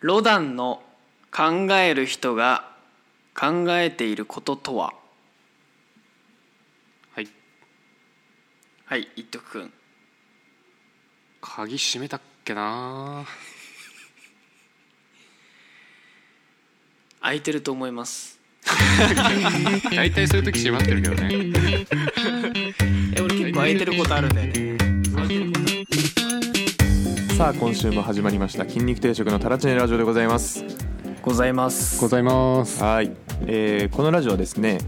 ロダンの考える人が考えていることとははいはい一徳くん鍵閉めたっけな 空いてると思います大体そういう時閉まってるけどねえ俺結構空いてることあるんだよねさあ今週も始まりました筋肉定食のタラチネラジオでございますございますございますはい、えーこのラジオはですね、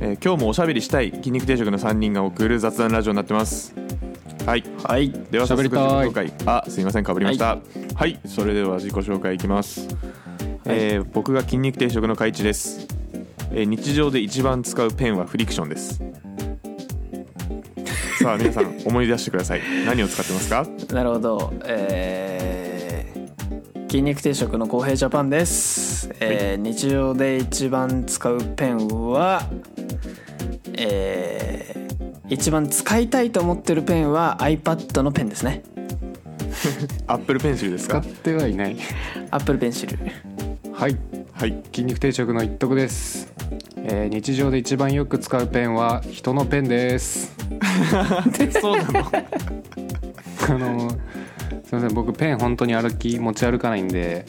えー今日もおしゃべりしたい筋肉定食の3人が送る雑談ラジオになってますはいはいでは早速しゃべり自己たい紹介あすいませんかぶりましたはい、それでは自己紹介いきます、えー僕が筋肉定食の海地です、えー日常で一番使うペンはフリクションですさあ皆さん思い出してください何を使ってますかなるほどえー筋肉定食の公平ジャパンです、えー日常で一番使うペンはえー一番使いたいと思ってるペンは iPad のペンですねアップルペンシルです使かってはいない Apple ペンシルはいはい筋肉定食の一徳です、えー日常で一番よく使うペンは人のペンです そうなのあのすいません僕ペン本当に歩き持ち歩かないんで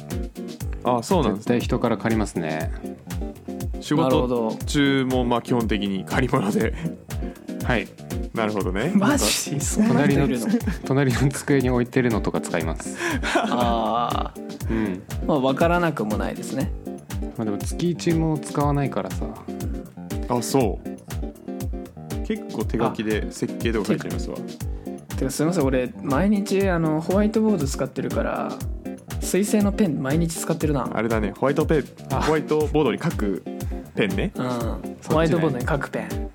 あそうなんで絶す 対ね人から借りますね仕なるほど事中もまあ基本的に借り物ではいなるほどねマジでそんな人い隣のるの 隣の机に置いてるのとか使いますああうんまあ分からなくもないですねまあでも月1も使わないからさあそう結構手書きで設計とか書いてありますわてかすいません俺毎日あのホワイトボード使ってるから水性のペン毎日使ってるなあれだねホワイトペンあホワイトボードに書くペンねうんホワイトボードに書くペン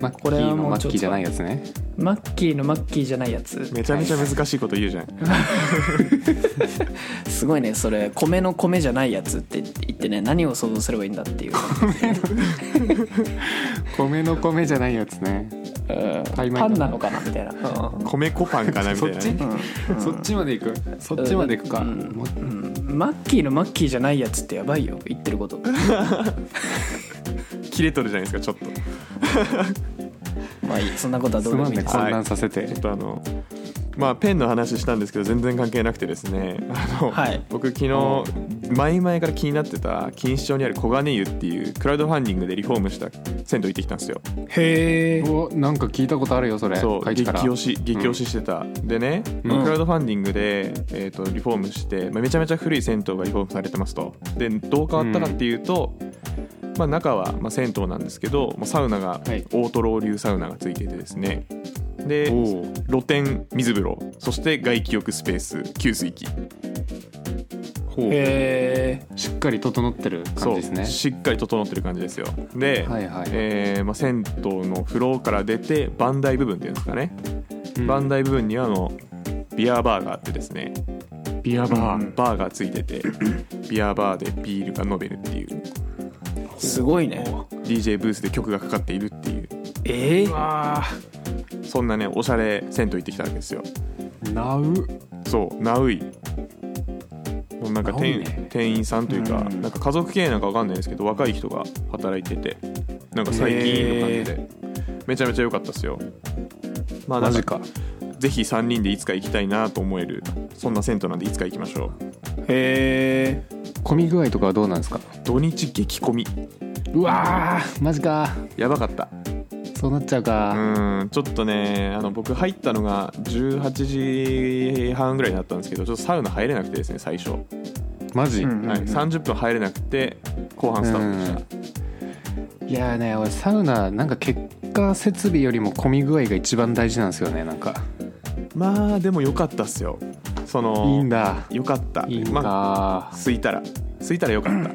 マッキこれはーのもマうちょっとッキーじゃないやつ ねマッキーのマッキーじゃないやつめちゃめちゃ難しいこと言うじゃん、すごいねそれ米の米じゃないやつって言ってね何を想像すればいいんだっていう米の米じゃないやつねタイ米パンなのかなみたいな、うん米粉パンかなみたいな、そっちね、そっちまで行くそっちまで行くか、うんもううんマッキーのマッキーじゃないやつってやばいよ言ってること切れとるじゃないですかちょっとちまあいいそんなことはどうすでまもいんいねですこ混乱させてょっとあのまあペンの話したんですけど全然関係なくてですねあの、はい僕昨日前々から気になってた錦糸町にある黄金湯っていうクラウドファンディングでリフォームした銭湯行ってきたんですよへえおなんか聞いたことあるよそれそう会議激から推し激推ししてた、でね、うんクラウドファンディングで、えー、とリフォームして、まあ、めちゃめちゃ古い銭湯がリフォームされてますとでどう変わったかっていうと、まあ、中は、まあ、銭湯なんですけど、まあ、サウナはが、いオートロー流サウナがついててですねでおう露天水風呂そして外気浴スペース給水器ほうへえしっかり整ってる感じですねしっかり整ってる感じですよで、はいはい、えーまあ、銭湯の風呂から出て番台部分っていうんですかねうん番台部分にはあのビアバーがあってですねビアバー、バーがついて てビアバーでビールが飲めるっていうすごいね DJ ブースで曲がかかっているっていうええそんなねおしゃれ銭湯行ってきたわけですよなうそうナウイもうなんかナウイ店,、ね店員さんというか,、うんなんか家族経営なんかわかんないですけど若い人が働いててなんか最近の感じでめちゃめちゃ良かったですよまマあなんジかかぜひ3人でいつか行きたいなと思えるそんな銭湯なんでいつか行きましょうへえ混み具合とかはどうなんですか土日激混みうわーマジかやばかったそうなっちゃううか、んちょっとねあの僕入ったのが18時半ぐらいだったんですけどちょっとサウナ入れなくてですね最初、マジ、うんはい、30分入れなくて後半スタートでした、いやーね俺サウナなんか結果設備よりも混み具合が一番大事なんですよねなんかまあでも良かったっすよそいいのんだ良かったいいんだ、まあ空いたら空いたら良かった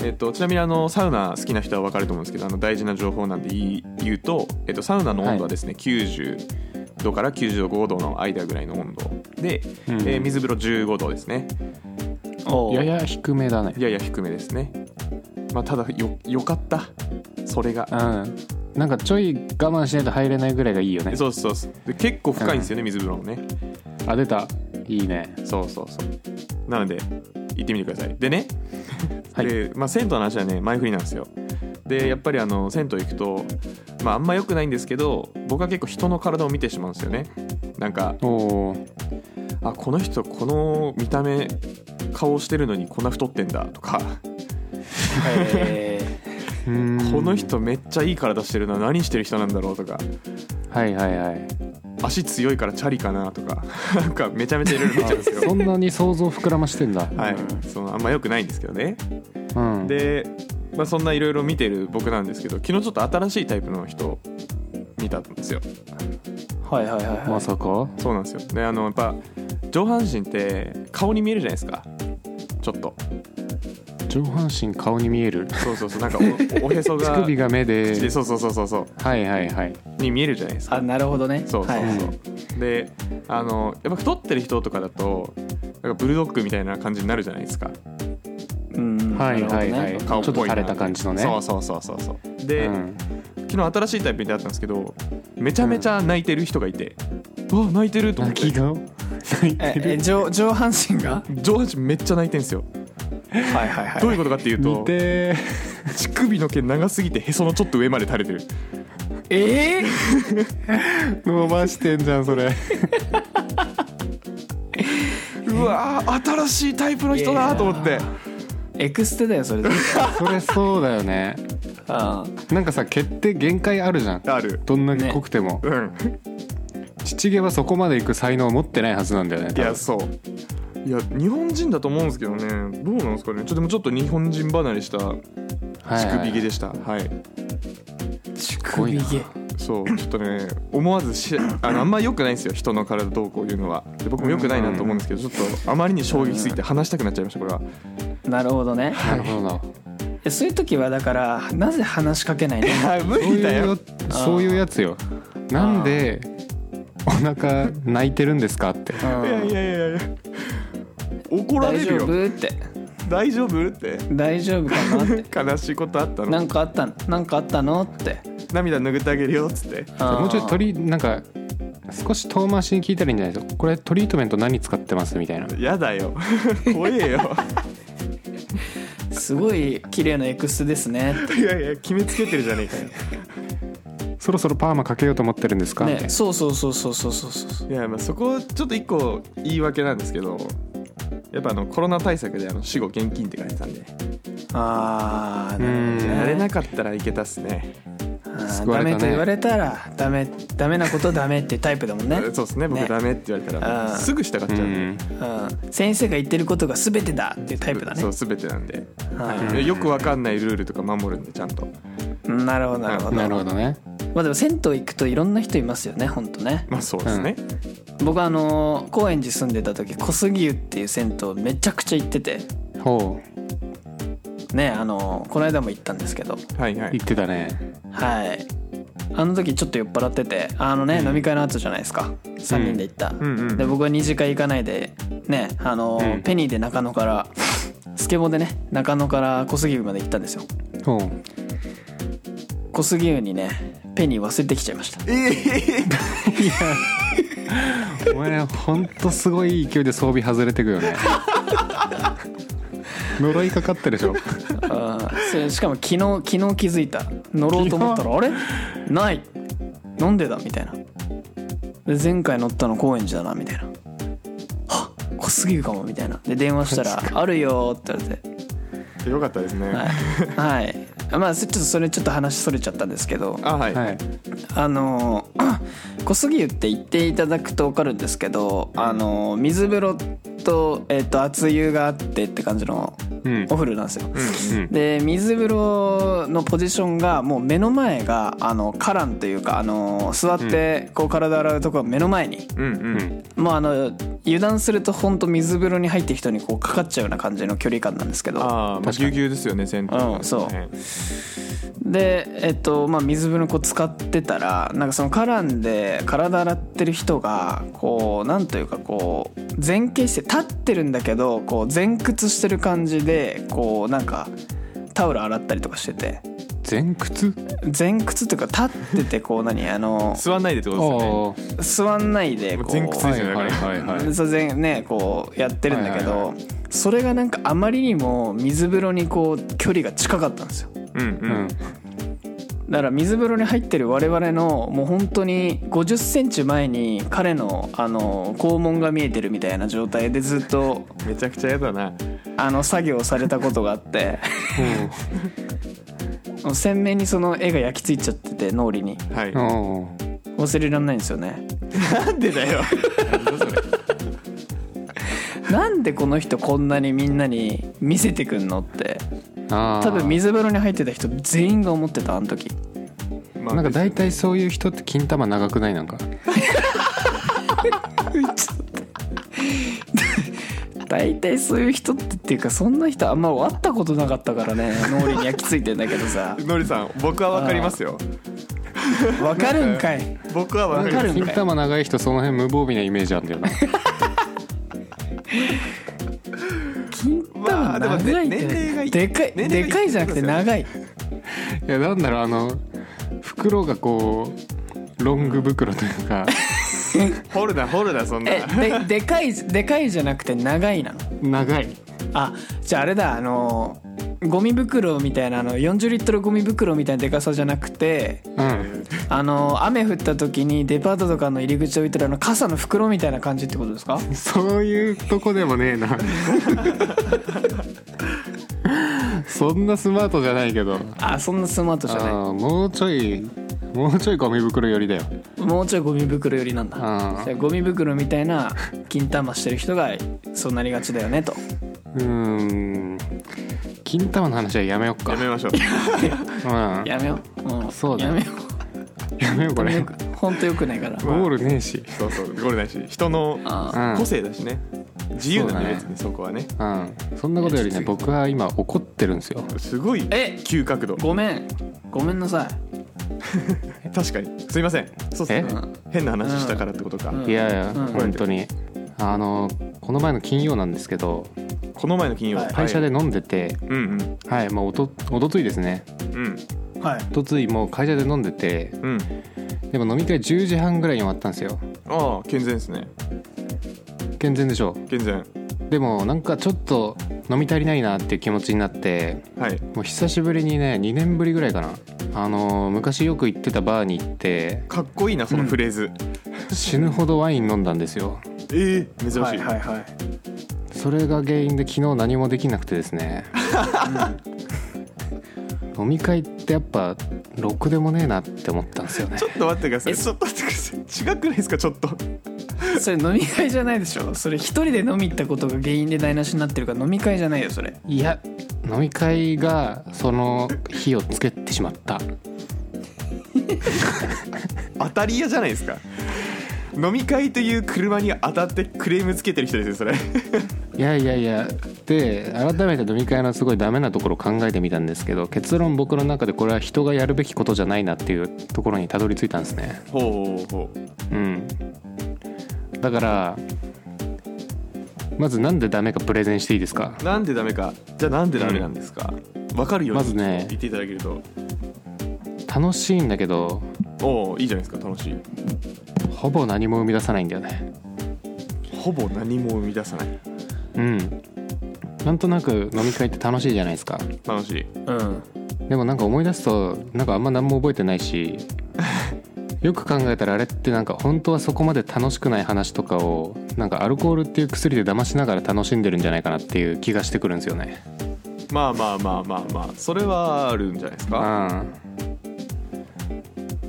えっと、ちなみにあのサウナ好きな人は分かると思うんですけどあの大事な情報なんで言い言うと、えっと、サウナの温度はですね、90度から95度の間ぐらいの温度で、うんえー水風呂15度ですねおうやや低めだねやや低めですねまあただよよかったそれがうんなんかちょい我慢しないと入れないぐらいがいいよねそうそうそうで結構深いんですよね、水風呂もねあ出たいいねそうそうそうなので行ってみてくださいでね、はいでまあ、銭湯の話はね前振りなんですよでやっぱりあの銭湯行くと、まあ、あんま良くないんですけど僕は結構人の体を見てしまうんですよねなんかおーあこの人この見た目顔してるのにこんな太ってんだとかえうーんこの人めっちゃいい体してるな何してる人なんだろうとかはいはいはい足強いからチャリかなとか なんかめちゃめちゃいろいろ見ちゃうんですよそんなに想像膨らましてんだ はいうんそのあんま良くないんですけどねうんで、まあ、そんないろいろ見てる僕なんですけど昨日ちょっと新しいタイプの人を見たんですよーはいはいはいはい、まさかそうなんですよであのやっぱ上半身って顔に見えるじゃないですかちょっと上半身顔に見えるそうそうそうなんか おおへそ乳が首が目口ででそうそうそうそうそうはいはいはいに見えるじゃないですかあなるほどねそうそうそはう、いはいであのやっぱ太ってる人とかだとなんかブルドッグみたいな感じになるじゃないですかうんはいはいなはるいほどねちょ顔っっぽといな垂れた感じのねそうそうそうそうそうで、うん昨日新しいタイプに出会ったんですけどめちゃめちゃ泣いてる人がいて、うわ泣いてると思っ泣てき顔泣い てええる上上半身が上半身めっちゃ泣いてんですよはいはいはどういうことかっていうと見て乳首の毛長すぎてへそのちょっと上まで垂れてるええー 伸ばしてんじゃんそ れうわー新しいタイプの人だと思っいてやエクステだよそれでそれそうだよねあなんかさ毛って限界あるじゃんあるどんなに濃くても、うん父毛はそこまで行く才能を持ってないはずなんだよねい多や分そういや日本人だと思うんですけどねどうなんですかねちょっとでもちょっと日本人離れした乳はいはい首毛でしたはい、ー乳首毛そうちょっとね思わずしあのあんま良くないんですよ人の体どうこういうのはで僕も良くないなと思うんですけどちょっとあまりに衝撃すぎて話したくなっちゃいましたこれはなるほどねなるほどな、えそういう時はだからなぜ話しかけないの あ無そう理だいうよよそういうやつよなんでお腹泣いてるんですかっていやいやいやいや怒ら大れ丈るよ夫って大丈夫って大丈夫かなって 悲しいことあったなのんかあったのなんかあったのって涙拭ってあげるよっつってももうちょい鳥なんか少し遠回しに聞いたらいいんじゃないですかこれトリートメント何使ってますみたいなやだよ 怖えよすごい綺麗なエクステですねっていやいや決めつけてるじゃねえかよそろそろパーマかけようと思ってるんですか、みたいねなそうそうそうそうそうそうそういやまあそこちょっと一個言い訳なんですけどやっぱあのコロナ対策であの死後現金って書いてたんでああなるほどうんねやれなかったらいけたっすねあー救わダれたメねと言われたらダメダメなことダメってタイプだもんねそうですね僕ねダメって言われたらあーすぐ従っちゃううんんでうん先生が言ってることが全てだっていうタイプだねそう全てなんではいよくわかんないルールとか守るんでちゃんとなるほどなるほどなるほどねまあでも銭湯行くといろんな人いますよねほんとねまあそうですね僕あのー高円寺住んでた時小杉湯っていう銭湯めちゃくちゃ行っててほうねあのーこの間も行ったんですけどはいはい言ってたねはいあの時ちょっと酔っ払っててあのね、飲み会の後じゃないですか3人で行った、んうんで僕は2次会行かないでねあのー、うんペニーで中野からスケボーでね中野から小杉湯まで行ったんですよほう小杉湯にねペニー忘れてきちゃいましたお前ほんとすごい勢いで装備外れてく よね呪いかかったでしょあーそれしかも昨日昨日気づいた乗ろうと思ったらあれないなんでだみたいなで前回乗ったの高円寺だなみたいなはっ小杉湯かもみたいなで電話したら「あるよ」って言われてよかったですねはい、はい、まあちょっとそれちょっと話それちゃったんですけどあはいはいあの ー小杉湯って言っていただくと分かるんですけどあのー水風呂と,、えっと熱湯があってって感じのうんお風呂なんですよ、うんで水風呂のポジションがもう目の前があの花壇というかあの座ってこう体洗うところ目の前に、うんうんもうあの油断すると本当水風呂に入って人にこうかかっちゃうような感じの距離感なんですけどああまあぎゅうぎゅうですよね銭湯うんそうでえっとまあ水風呂にこう使ってたらなんかその花壇で体洗ってる人がこうなんというかこう前傾して立ってるんだけどこう前屈してる感じでこうなんかタオル洗ったりとかしてて。前屈前屈っていうか立っててこう何あの座んないでってことですよねあ座んないでこう前屈あはですいよねはいはいはいそう前ねこうやってるんだけど、はいはいそれがなんかあまりにも水風呂にこう距離が近かったんですようんううんんだから水風呂に入ってる我々のもう本当に5 0センチ前に彼のあの肛門が見えてるみたいな状態でずっとめちゃくちゃやだなあの作業されたことがあってもう鮮明にその絵が焼き付いちゃってて脳裏にはいうん忘れられないんですよねなんでだよなんでこの人こんなにみんなに見せてくんのってうんあー多分水風呂に入ってた人全員が思ってたあの時まあなんか大体そういう人って金玉長くないなんか大体そういう人ってっていうかそんな人あんま会ったことなかったからね脳裏に焼き付いてんだけどさのりさん僕はわかりますよわかるんかい僕はわかりわまかするんかい金玉長い人その辺無防備なイメージあんだよ な金ま玉あでもね長いって年齢がいいでかい年齢がでかいいいじゃなくて長いいやなんだろうあの袋がこうロング袋というか掘るな掘るなそんなえ ででかいでかいじゃなくて長いなの長いあじゃああれだあのゴミ袋みたいなあの40リットルゴミ袋みたいなでかさじゃなくてうんあの雨降った時にデパートとかの入り口置いてるあの傘の袋みたいな感じってことですかそういうとこでもねえな そんなスマートじゃないけどあそんなスマートじゃなあーもうちょいもうちょいゴミ袋寄りだよいもうちょいゴミ袋寄りなんだあーじゃあゴミ袋みたいな金玉してる人がそうなりがちだよねとうーん金玉の話はやめよっかやめましょううん、やめよう、うん、そうだやねめよやめようこうれよゴくほんとよくないからールねえしそうそうゴールないし人のあうん個性だしね自由そうなんだでね別にそこはねうん、そんなことよりね僕は今怒ってるんですよすごいえ急角度ごめんごめんなさ確かにすいませんそうっすね変な話したからってことか、うんいやいや、うん本当にあのこの前の金曜なんですけどこの前の金曜、はい会社で飲んでてうんはい、まあおとおとついですねうんうんいはいおとついもう会社で飲んでてうんでも飲み会10時半ぐらいに終わったんですよああ健全ですね健全でしょ健全でもなんかちょっと飲み足りないなっていう気持ちになってはいもう久しぶりにね2年ぶりぐらいかなあのー昔よく行ってたバーに行ってかっこいいなそのフレーズ、死ぬほどワイン飲んだんですよええ珍しい、はいはいはいそれが原因で昨日何もできなくてですね飲み会ってやっぱろくでもねえなって思ったんですよねちょっと待ってくださいえちょっと待ってください違くないですかちょっとそれ飲み会じゃないでしょそれ一人で飲み行ったことが原因で台無しになってるから飲み会じゃないよそれいや飲み会がその火をつけてしまった当たり屋じゃないですか飲み会という車に当たってクレームつけてる人ですよそれいやいやいやで改めて飲み会のすごいダメなところを考えてみたんですけど結論僕の中でこれは人がやるべきことじゃないなっていうところにたどり着いたんですねほうほうほううんだからまずなんでダメかプレゼンしていいですかなんでダメかじゃあなんでダメなんですかわかるようにまずね言っていただけると楽しいんだけどおおいいじゃないですか楽しいほぼ何も生み出さないんだよねほぼ何も生み出さないうんなんとなく飲み会って楽しいじゃないですか楽しいうんでもなんか思い出すとなんかあんま何も覚えてないしよく考えたらあれってなんか本当はそこまで楽しくない話とかをなんかアルコールっていう薬で騙しながら楽しんでるんじゃないかなっていう気がしてくるんですよねまあまあまあまあまあそれはあるんじゃないですうんか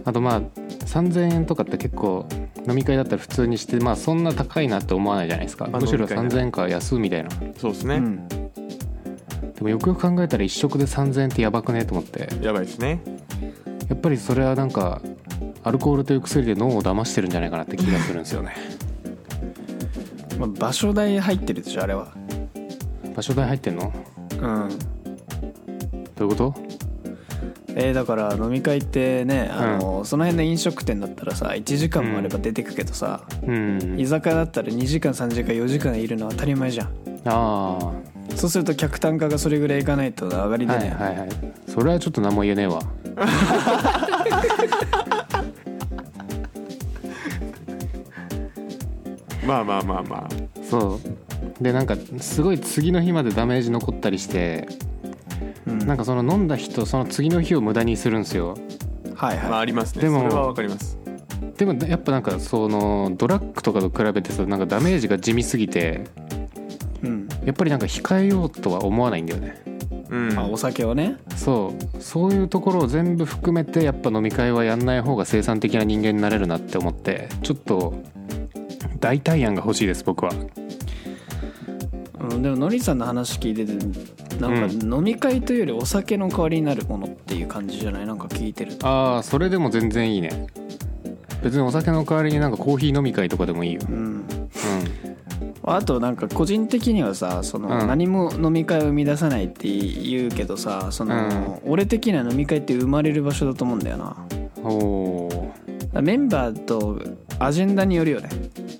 あとまあ3000円とかって結構飲み会だったら普通にしてまあそんな高いなって思わないじゃないですかまあむしろ飲み会ね3000円か安みたいなそうですうね、んでもよくよく考えたら一食で3000円ってやばくねと思ってやばいですねやっぱりそれはなんかアルコールという薬で脳を騙してるんじゃないかなって気がするんです よねまあ、場所代入ってるでしょあれは場所代入ってんのうんどういうことえーだから飲み会ってねあの、その辺の飲食店だったらさ1時間もあれば出てくけどさ、うん居酒屋だったら2時間3時間4時間いるのは当たり前じゃんああそうすると客単価がそれぐらいいかないと上がりではいね、はいはいそれはちょっと何も言えねえわまあまあまあまあそうでなんかすごい次の日までダメージ残ったりしてうんなんかその飲んだ日とその次の日を無駄にするんですよはいはい、まあありますねでもそれはわかりますでもやっぱなんかそのドラッグとかと比べてさなんかダメージが地味すぎてうんやっぱりなんか控えようとは思わないんだよねうんまあ、お酒をねそうそういうところを全部含めてやっぱ飲み会はやんない方が生産的な人間になれるなって思ってちょっと代替案が欲しいです僕はうん、でものりさんの話聞いててなんか飲み会というよりお酒の代わりになるものっていう感じじゃないなんか聞いてるとああそれでも全然いいね別にお酒の代わりになんかコーヒー飲み会とかでもいいよ、うんうあとなんか個人的にはさそのうん何も飲み会を生み出さないって言うけどさその俺的には飲み会って生まれる場所だと思うんだよなだかん、おおらメンバーとアジェンダによるよね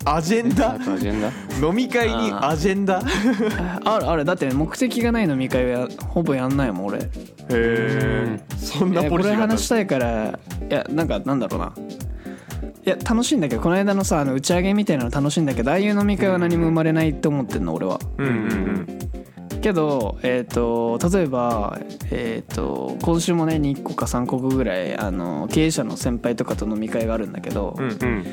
アジェンダ あとアジェンダ飲み会にアジェンダへあるあるだって目的がない飲み会はほぼやんないもん俺えそんいやなこポリシれーがあったんで話しすたいからいやなんかなんだろうないや楽しいんだけどこの間のさあの打ち上げみたいなの楽しいんだけどああいう飲み会は何も生まれないって思ってんの俺はうんうんけど、えー、と例えば、えー、と今週もね2個か3個ぐらいあの経営者の先輩とかと飲み会があるんだけど、うんうんうん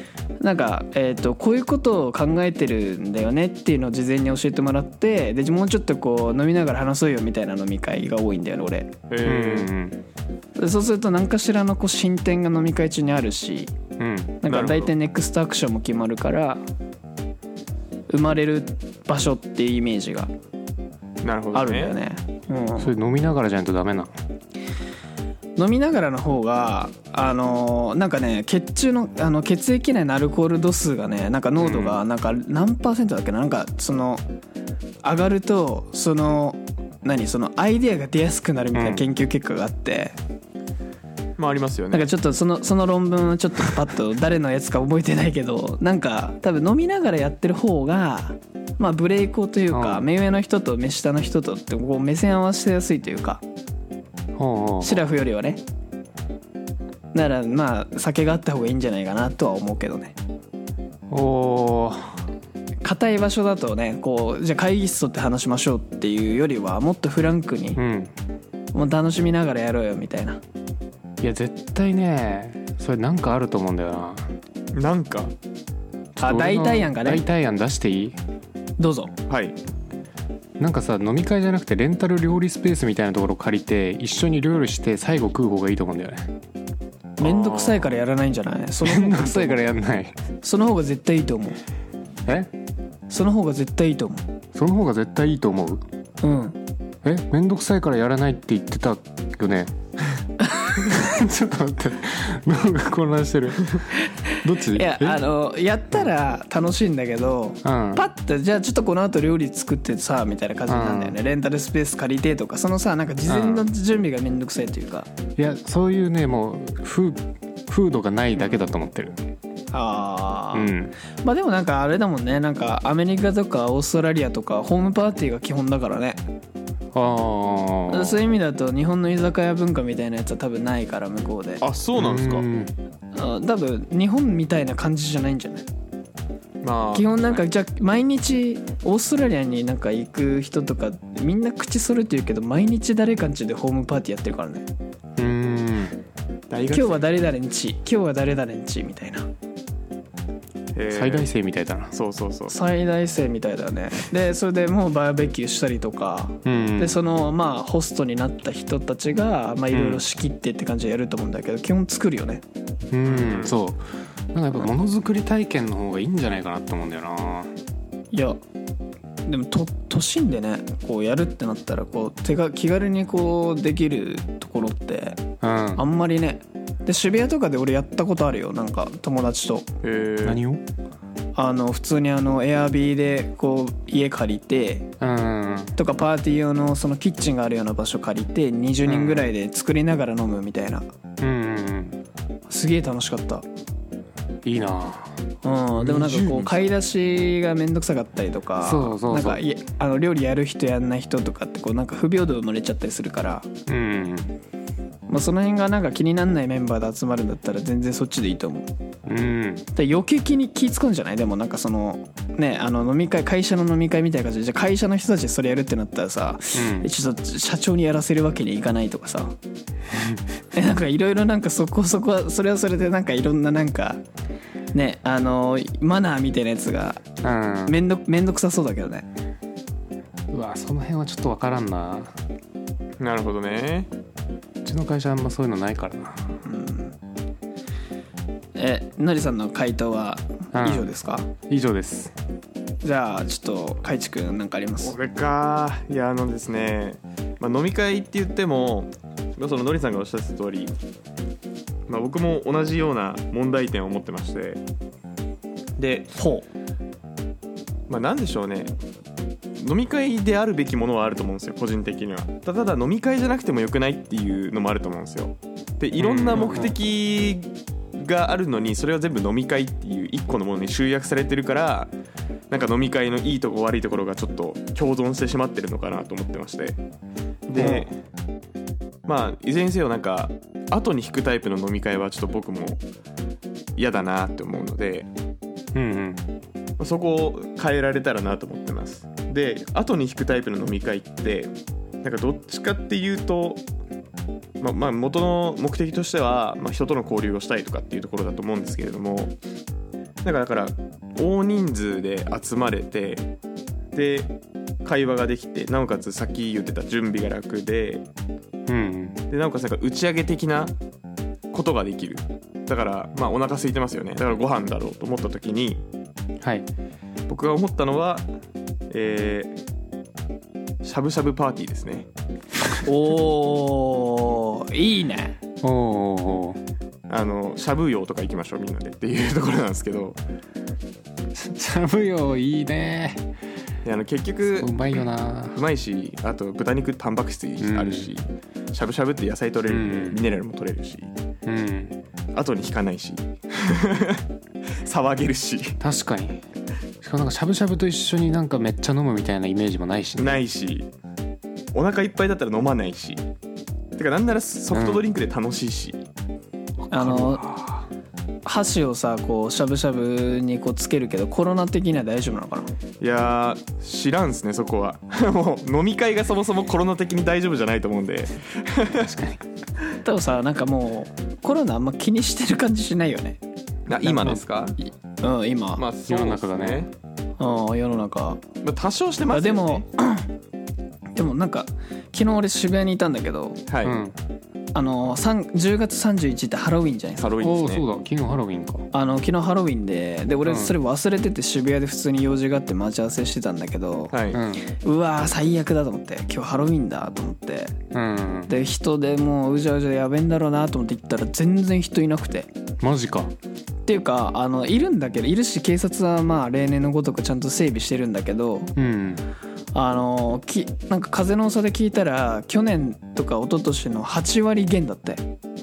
なんか、えー、とこういうことを考えてるんだよねっていうのを事前に教えてもらってでもうちょっとこう飲みながら話そうよみたいな飲み会が多いんだよね俺。へうんえでそうすると何かしらのこう進展が飲み会中にあるしうんうなんんなかるほど大体ネクストアクションも決まるから生まれる場所っていうイメージがなるほどねあるんだよね。うんそれ飲みながらじゃないとダメなの飲みながらの方があのーなんかね血中のあの血液内のアルコール度数がねなんか濃度がなんか何パーセントだっけななんかその上がるとその何そのアイデアが出やすくなるみたいな研究結果があって、まあありますよなんねかちょっとそのその論文はちょっとパッと誰のやつか覚えてないけど なんか多分飲みながらやってる方がまあブレイクというかうん目上の人と目下の人とってこう目線合わせやすいというかほうほうシラフよりはねならまあ酒があった方がいいんじゃないかなとは思うけどねおー硬い場所だとねこうじゃあ会議室って話しましょうっていうよりはもっとフランクにうんもう楽しみながらやろうよみたいないや絶対ねそれなんかあると思うんだよななんかあ俺大の体やんか代ね替案出していいどうぞはいなんかさ飲み会じゃなくてレンタル料理スペースみたいなところ借りて一緒に料理して最後食う方がいいと思うんだよねめんどくさいからやらないんじゃないその面方倒がくさいからや んないその方が絶対いいと思うえその方が絶対いいと思その方が絶対いいと思うううんえ面倒くさいからやらないって言ってたよ ね ちょっと待って脳が混乱してるどっちいやえあのやったら楽しいんだけどうんパッとじゃあちょっとこの後料理作ってさみたいな感じになんだよね、レンタルスペース借りてとかそのさなんか事前の準備がめんどくさいというか、いやそういうねもうフフードがないだけだと思ってるあうーんまあでもなんかあれだもんねなんかアメリカとかオーストラリアとかホームパーティーが基本だからねああそういう意味だと日本の居酒屋文化みたいなやつは多分ないから向こうであそうなんですかあ多分日本みたいな感じじゃないんじゃないまあ基本なんかじゃあ毎日オーストラリアになんか行く人とかみんな口それって言うけど毎日誰かんちでホームパーティーやってるからねうん大今日学生は誰々んち今日は誰々んちみたいなへえ最大生みたいだなそうそうそう最大生みたいだねでそれでもうバーベキューしたりとかうんでそのまあホストになった人たちがまあいろいろ仕切ってって感じでやると思うんだけど基本作るよねうんそうなんかやっぱものづくり体験の方がいいんじゃないかなと思うんだよないやでもと都心でねこうやるってなったらこう手が気軽にこうできるところってうんあんまりねで渋谷とかで俺やったことあるよなんか友達とへえ何をうんあの普通にあのエアビーでこう家借りてあとかパーティー用のそのキッチンがあるような場所借りて20人ぐらいで作りながら飲むみたいな、うんうんすげえ楽しかったいいなうん、でもなんかこ20う買い出しが面倒くさかったりとかそうそうそうなんかいあの料理やる人やんない人とかってこうなんか不平等生まれちゃったりするから、うんまあ、その辺がなんか気になんないメンバーで集まるんだったら全然そっちでいいと思ううんで余計気に気使うんじゃないでもなんかそのねあの飲み会会社の飲み会みたいな感じでじゃあ会社の人たちでそれやるってなったらさ、うんえちょっと社長にやらせるわけにいかないとか さえなんかいろいろなんかそこそこはそれはそれでなんかいろんななんかねあのマナーみたいなやつがうんめんどめんどくさそうだけどねうわその辺はちょっとわからんななるほどねうちの会社あんまそういうのないからなえのりさんの回答はうん以上ですか、以上ですじゃあちょっとかいちくんなんかあります俺かいやあのですね、まあ、飲み会って言ってもまあそののりさんがおっしゃってた通り、まあ、僕も同じような問題点を持ってましてで、ほまあ、何でしょうね飲み会であるべきものはあると思うんですよ個人的にはただただ飲み会じゃなくてもよくないっていうのもあると思うんですよでいろんな目的があるのにそれは全部飲み会っていう一個のものに集約されてるからなんか飲み会のいいとこ悪いところがちょっと共存してしまってるのかなと思ってましてで、まあいずれにせよなんか後に引くタイプの飲み会はちょっと僕も嫌だなって思うのでうんそこを変えられたらなと思ってますで後に引くタイプの飲み会ってなんかどっちかっていうとままあ元の目的としては、まあ、人との交流をしたいとかっていうところだと思うんですけれどもなんかだから大人数で集まれてで会話ができてなおかつさっき言ってた準備が楽でうんうんでなおかつなんか打ち上げ的なことができるだからまあお腹空いてますよねだからご飯だろうと思った時にはい僕が思ったのはえーしゃぶしゃぶパーティーですねうおーいいねおーおーあのしゃぶ用とか行きましょうみんなでっていうところなんですけどおーし ゃぶよいいねであの結局うまいよなうまいしあと豚肉タンパク質あるし、しゃぶしゃぶって野菜取れるんで、うんミネラルも取れるしうん後に引かないし 騒げるし確かにしかもなんかしゃぶしゃぶと一緒になんかめっちゃ飲むみたいなイメージもないしねないしお腹いっぱいだったら飲まないしてかなんならソフトドリンクで楽しいし、あの箸をさこうしゃぶしゃぶにこうつけるけどコロナ的には大丈夫なのかないやー知らんすねそこは もう飲み会がそもそもコロナ的に大丈夫じゃないと思うんで確かに多分さなんかもうコロナあんま気にしてる感じしないよね今ですかうん今、まあそう世ので中すがねね、うん、世の中まあ、多少してまあすでよねも でもなんか昨日俺渋谷にいたんだけどはい、うんあのさん10月31日ってハロウィンじゃないですハかロウおィンおでーすそうねだ昨日ハロウィンかあの昨日ハロウィンででう俺ん、それ忘れてて渋谷で普通に用事があって待ち合わせしてたんだけど、はいうんうわー最悪だと思って今日ハロウィンだと思ってうんで人でもううじゃうじゃやべえんだろうなと思って行ったら全然人いなくてマジかっていうかあのいるんだけどいるし警察はまあ例年のごとくちゃんと整備してるんだけどうんあのきなんか風の噂で聞いたら去年とか一昨年の8割減だって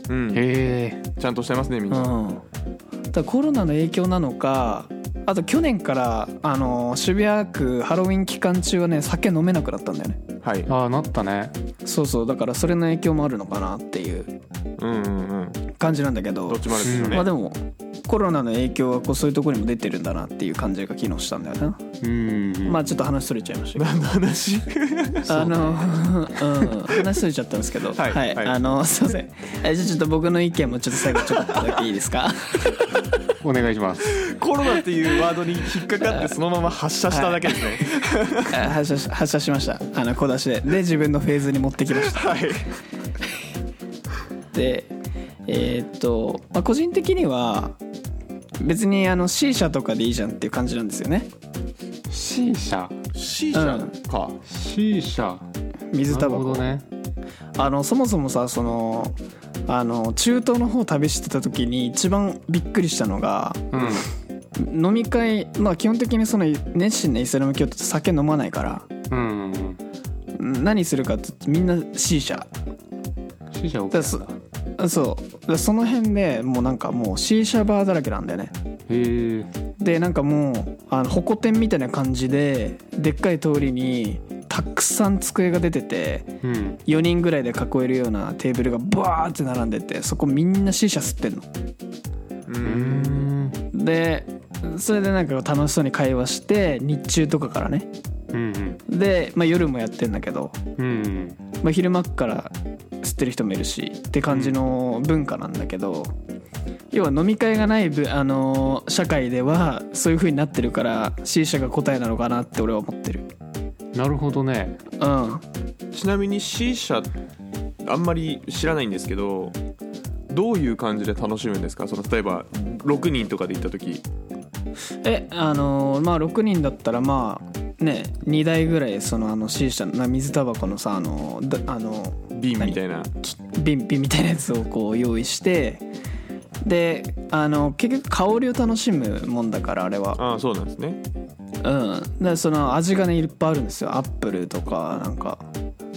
うんへえちゃんとしてますねみんうな、んだからコロナの影響なのかあと去年からあの渋谷区ハロウィン期間中はね酒飲めなくなったんだよねはいああなったねそうそうだからそれの影響もあるのかなっていううんうんうん感じなんだけどどっちもあるんですよね、まあでもコロナの影響はこうそういうところにも出てるんだなっていう感じが機能したんだよな、うんまあちょっと話それちゃいま したけど何の話あの、うん、話しとれちゃったんですけど、ははいい、はいあの、すいません。えじゃあちょっと僕の意見もちょっと最後ちょっとだけいいです かお願いしますコロナっていうワードに引っかかってそのまま発射しただけですねあ発射し発射しました。あの、小出しで。で、自分のフェーズに持ってきました。はい、 で、えーっと、まあ、個人的には、別にあの C 社とかでいいじゃんっていう感じなんですよね C 社 C 社か、 C 社水タなバるコ、ほどねあのそもそもさそのあの中東の方旅してた時に一番びっくりしたのがうん飲み会まあ基本的にその熱心なイスラム教徒って酒飲まないからうんうんうん何するかって言ってみんな C 社 C 社 OK だからそそうだからその辺でもうなんかもう C 社バーだらけなんだよねへえでなんかもうあのホコ天みたいな感じででっかい通りにたくさん机が出ててうん4人ぐらいで囲えるようなテーブルがバーって並んでてそこみんなシーシャ吸ってんのううんんでそれでなんか楽しそうに会話して日中とかからねうんで、まあ、夜もやってんだけど、うんまあ、昼間っから吸ってる人もいるしって感じの文化なんだけど、要は飲み会がないぶ、あのー社会ではそういう風になってるから C 社が答えなのかなって俺は思ってるなるほどねうんちなみに C 社あんまり知らないんですけどどういう感じで楽しむんですかその例えば6人とかで行った時えあのーまあ6人だったらまあね2台ぐらいそのあの C 社のな水タバコのさあのだあの瓶みたいなき瓶瓶みたいなやつをこう用意してであの結局香りを楽しむもんだからあれはああそうなんですねうんでその味がねいっぱいあるんですよアップルとかなんか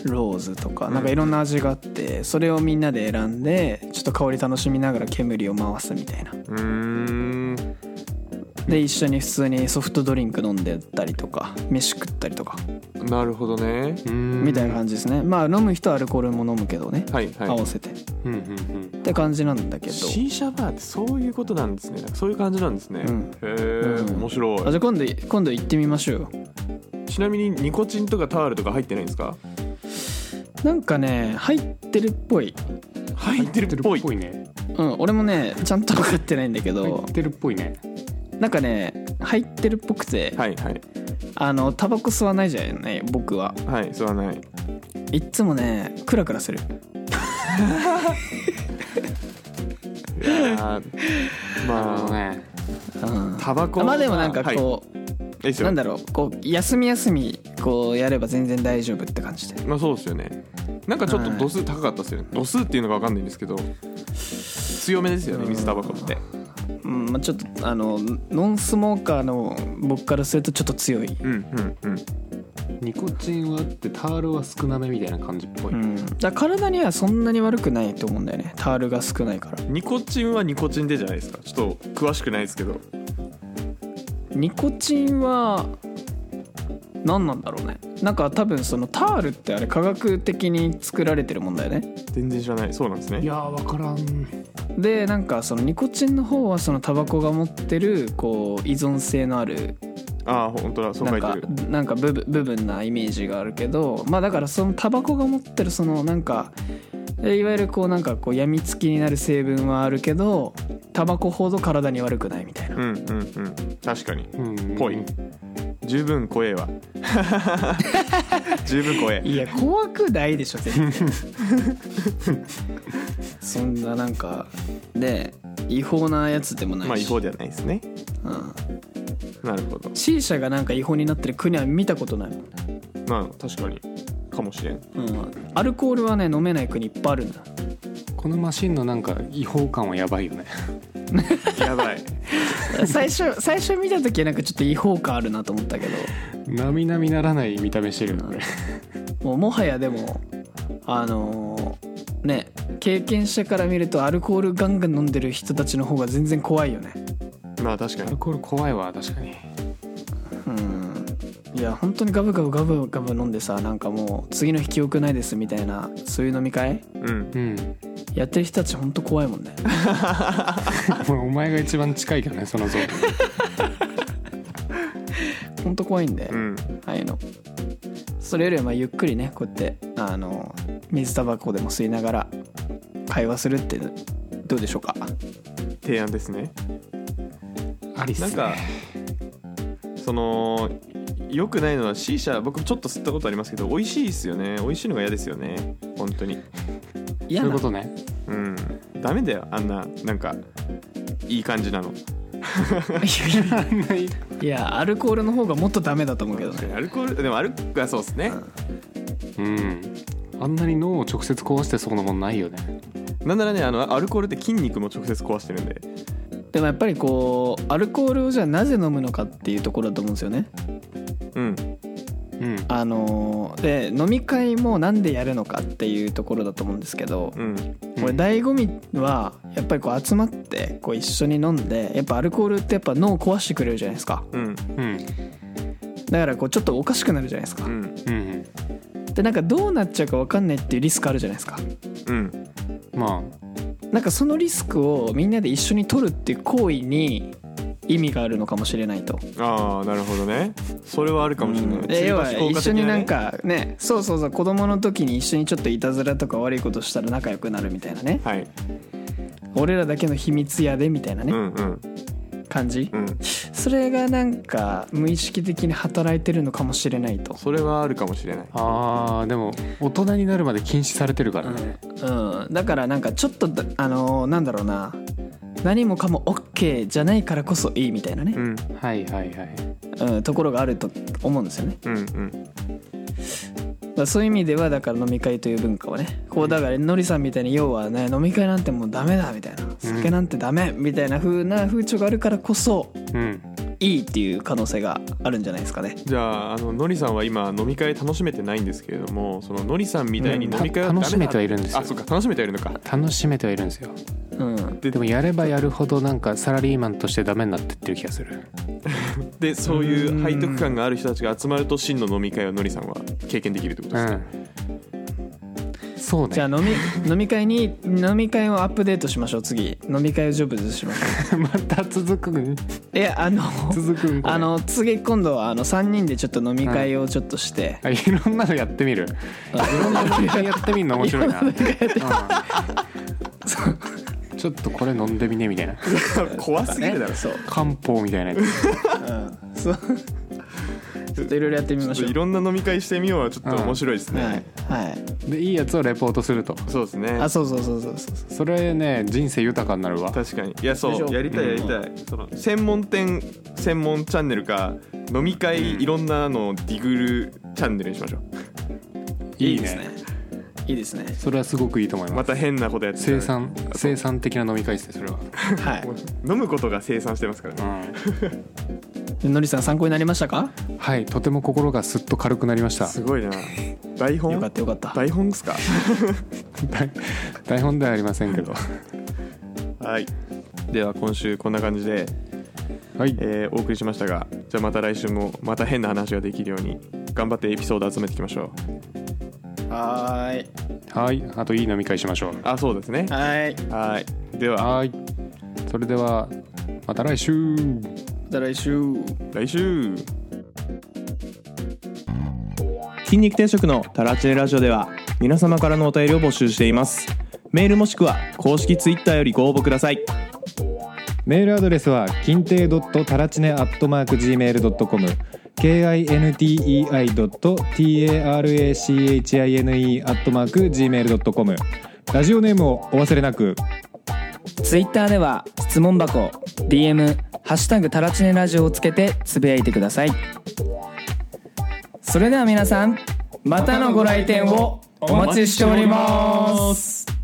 ローズとかなんかいろんな味があってそれをみんなで選んでちょっと香り楽しみながら煙を回すみたいなうーんで一緒に普通にソフトドリンク飲んでたりとか飯食ったりとかなるほどねうんみたいな感じですねまあ飲む人はアルコールも飲むけどねはい合はいわせてっうんうんて感じなんだけど C 社バーってそういうことなんですねなんかそういう感じなんですね、うんへえ、うん面白あいじゃあ今度今度行ってみましょうよちなみにニコチンとかタオルとか入ってないんですかなんかね入ってるっぽい、入ってるっぽぽいいねうん、俺もねちゃんと分かってないんだけ入どってるっぽいねなんかね入ってるっぽくて、はいはいあのタバコ吸わないじゃない僕ははいそうはないいっつもねクラクラするいや ーなるまほあ、どねうんタバコまあでもなんかこう、はい、ですよなんだろうこう休み休みこうやれば全然大丈夫って感じでまあそうですよねなんかちょっと度数高かったですよね度数っていうのが分かんないんですけど強めですよね水タバコってうんまあ、ちょっとあのノンスモーカーの僕からするとちょっと強い、うんうんうんニコチンはあってタールは少なめみたいな感じっぽい、うん、だから体にはそんなに悪くないと思うんだよねタールが少ないからニコチンはニコチンでじゃないですかちょっと詳しくないですけどニコチンは何なんだろうねなんか多分そのタールってあれ科学的に作られてるもんだよね全然知らないそうなんですねいやーわからんでなんかそのニコチンの方はそのタバコが持ってるこう依存性のあるああ本当だそうな書んいてかるなんか部分部分なイメージがあるけどまあだからそのタバコが持ってるそのなんかえいわゆるこうなんかこう病みつきになる成分はあるけどタバコほど体に悪くないみたいなうんうんうん確かにうんぽい十分怖えわ 十分怖えいや怖くないでしょ絶対 そんななんかで違法なやつでもないし、まあ違法ではないですねうん、なるほど C 社がなんか違法になってる国は見たことないもんまあ確かにかもしれんうん、アルコールはね飲めない国いっぱいあるんだ このマシンのなんか違法感はやばいよね やばい最初最初見た時はなんかちょっと違法感あるなと思ったけ並々ならない見た目してるよねこれどもうもはやでもあのーね経験者から見るとアルコールガンガン飲んでる人たちの方が全然怖いよねまあ確かアルにコール怖いわ確かにうんいや本当にガブガブガブガブ飲んでさなんかもう次の日記憶ないですみたいなそういう飲み会うんうんやってる人たち本当怖いもん ねこれお前が一番近いけどねその像本当怖いんで、うんああいうのそれよりはまあゆっくりねこうやってあの水タバコでも吸いながら会話するってどうでしょうか提案ですねありっすなんねかその良くないのは C 社僕ちょっと吸ったことありますけど美味しいですよね美味しいのが嫌ですよね本当に嫌なそういうことねうんダメだよあんななんかいい感じなの いやアルコールの方がもっとダメだと思うけど確かねにアルコールでもアルあそうですねうんあんなに脳を直接壊してそうなもんないよねなんならねあのアルコールって筋肉も直接壊してるんででもやっぱりこうアルコールをじゃあなぜ飲むのかっていうところだと思うんですよねうんうんああのーで飲み会もなんでやるのかっていうところだと思うんですけど、うんこれ醍醐味はやっぱりこう集まってこう一緒に飲んでやっぱアルコールってやっぱ脳を壊してくれるじゃないですかうんうんだからこうちょっとおかしくなるじゃないですか、うんうんでなんかどうなっちゃうか分かんないっていうリスクあるじゃないですかうんまなんかそのリスクをみんなで一緒に取るっていう行為に意味があるのかもしれないとああなるほどねそれはあるかもしれない、で要は吊り橋効果一緒的になんかねそうそうそう子供の時に一緒にちょっといたずらとか悪いことしたら仲良くなるみたいなねねはい俺らだけの秘密やでみたいなうね、んうん感じ、うんそれがなんか無意識的に働いてるのかもしれないと、それはあるかもしれないああーでも大人になるまで禁止されてるからね、うんだからなんかちょっとだあのーなんだろうな何もかも OK じゃないからこそいいみたいなうね、んはいはいはいうんところがあると思うんですよねうんうんだからそういう意味ではだから飲み会という文化をねこうだからのりさんみたいに要はね飲み会なんてもうダメだみたいな酒なんてダメみたいな風な風潮があるからこそうんいいっていう可能性があるんじゃないですかねじゃああののりさんは今飲み会楽しめてないんですけれどもそののりさんみたいに飲み会はうんた楽ダメだしめてはいるんですよあそうか楽しめてはいるのか楽しめてはいるんですようんでもやればやるほどなんかサラリーマンとしてダメになってってる気がするでそういう背徳感がある人たちが集まると真の飲み会をのりさんは経験できるってこ とうですね、んそうじゃあね飲み飲み会に飲み会をアップデートしましょう次飲み会をジョブズしましょまた続くんういやあの続くんこれあの次今度はあの3人でちょっと飲み会をちょっとして、あいろんなのやってみるいろんな飲み会やってみるの面白いなうんちょっとこれ飲んでみねみたいな怖すぎるだ ろそう、漢方みたいなやつうん、そうちょっといろいろやってみましょういろんな飲み会してみようはちょっと面白いですね、はい、はい、でいいやつをレポートするとそうですねあそうそうそうそうそうそれね人生豊かになるわ確かにいやでしそょうやりたいやりたい、その専門店専門チャンネルか飲み会いろんなのをディグルチャンネルにしましょう、いいですねねいいです ねそれはすごくいいと思いまますた変なことやってたら生産生産的な飲み会ですねそれははい飲むことが生産してますからねでのりさん参考になりましたかはいとても心がすっと軽くなりましたすごいな台本よかったよかった台本っ すか台 台本ではありませんけ どはいでは今週こんな感じで、はいえーお送りしましたがじゃあまた来週もまた変な話ができるように頑張ってエピソード集めていきましょうはーいはいあといい飲み会しましょうあそうですねはいはいでははいそれではまた来週また来週来週筋肉定食のタラチネラジオでは皆様からのお便りを募集していますメールもしくは公式ツイッターよりご応募くださいメールアドレスは金亭ドットタラチネアットマーク gmail ドットコム k i n t e i ドット t a r a c h i n e アットマーク gmail ドットコムラジオネームをお忘れなく。ツイッターでは質問箱 DM「ハッシュタグタラチネラジオ」をつけてつぶやいてくださいそれでは皆さんまたのご来店をお待ちしております